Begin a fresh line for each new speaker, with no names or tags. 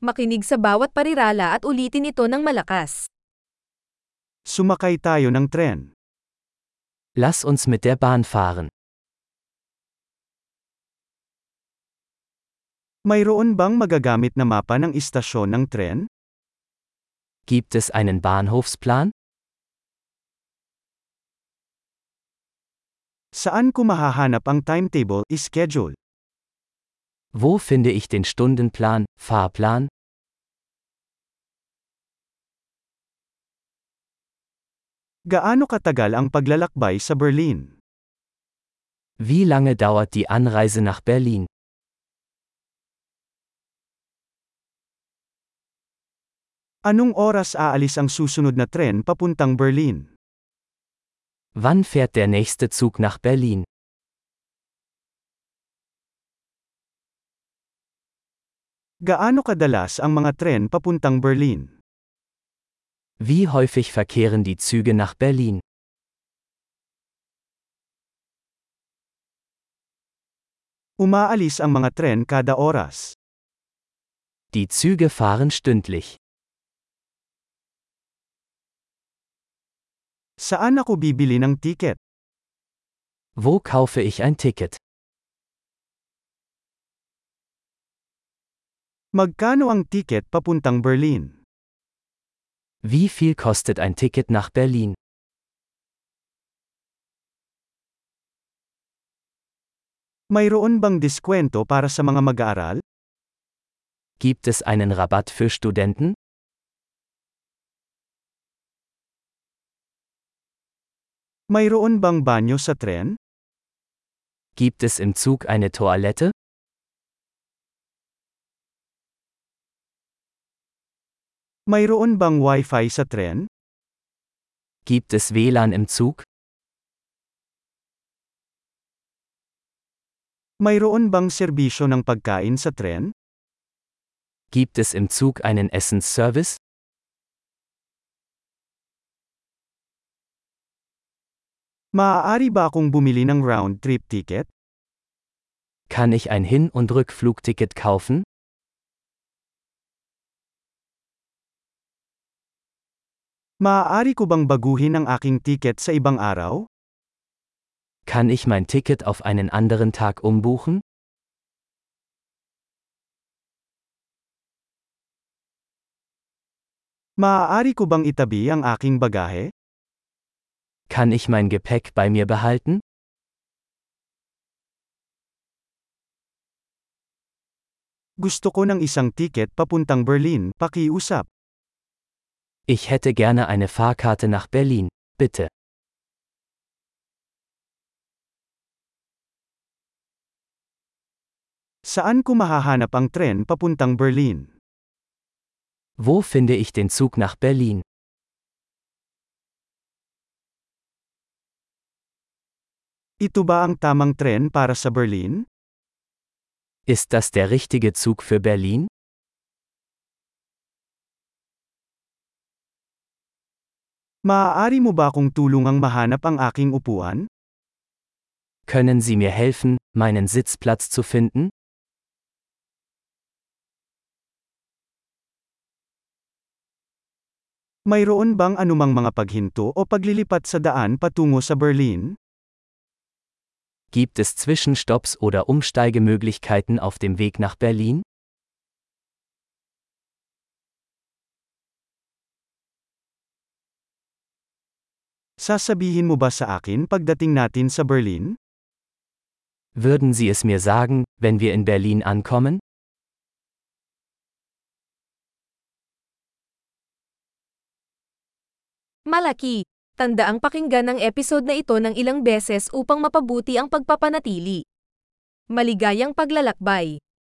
Makinig sa bawat parirala at ulitin ito ng malakas.
Sumakay tayo ng tren.
Lass uns mit der Bahn fahren.
Mayroon bang magagamit na mapa ng istasyon ng tren?
Gibt es einen Bahnhofsplan?
Saan ko mahahanap ang timetable, schedule?
Wo finde ich den Stundenplan, Fahrplan?
Gaano katagal ang paglalakbay sa Berlin?
Wie lange dauert die Anreise nach Berlin?
Anong oras aalis ang susunod na tren papuntang Berlin?
Wann fährt der nächste Zug nach Berlin?
Gaano kadalas ang mga tren papuntang Berlin?
Wie häufig verkehren die Züge nach Berlin?
Umaalis ang mga tren kada oras.
Die Züge fahren stündlich.
Saan ako bibili ng tiket?
Wo kaufe ich ein Ticket?
Magkano ang tiket papuntang Berlin?
Wie viel kostet ein Ticket nach Berlin?
Mayroon bang diskwento para sa mga mag-aaral?
Gibt es einen Rabatt für Studenten?
Mayroon bang banyo sa tren?
Gibt es im Zug eine Toilette?
Mayroon bang wifi sa tren?
Gibt es WLAN im Zug?
Mayroon bang serbisyo ng pagkain sa tren?
Gibt es im Zug einen Essensservice?
Maaari ba akong bumili ng round-trip ticket?
Kann ich ein Hin- und Rückflugticket kaufen?
Maaari ko bang baguhin ang aking ticket sa ibang araw?
Kann ich mein Ticket auf einen anderen Tag umbuchen?
Maaari ko bang itabi ang aking bagahe?
Kann ich mein Gepäck bei mir behalten?
Gusto ko ng isang ticket papuntang Berlin, pakiusap.
Ich hätte gerne eine Fahrkarte nach Berlin, bitte.
Saan ko mahahanap ang tren papuntang Berlin?
Wo finde ich den Zug nach Berlin?
Ito ba ang tamang tren para sa Berlin?
Ist das der richtige Zug für Berlin?
Maaari mo ba akong tulungang mahanap ang aking upuan?
Können Sie mir helfen, meinen Sitzplatz zu finden?
Mayroon bang anumang mga paghinto o paglilipat sa daan patungo sa Berlin?
Gibt es Zwischenstopps oder Umsteigemöglichkeiten auf dem Weg nach Berlin?
Sasabihin mo ba sa akin pagdating natin sa Berlin?
Würden Sie es mir sagen, wenn wir in Berlin ankommen?
Malaki! Tandaang pakinggan ang episode na ito ng ilang beses upang mapabuti ang pagpapanatili. Maligayang paglalakbay!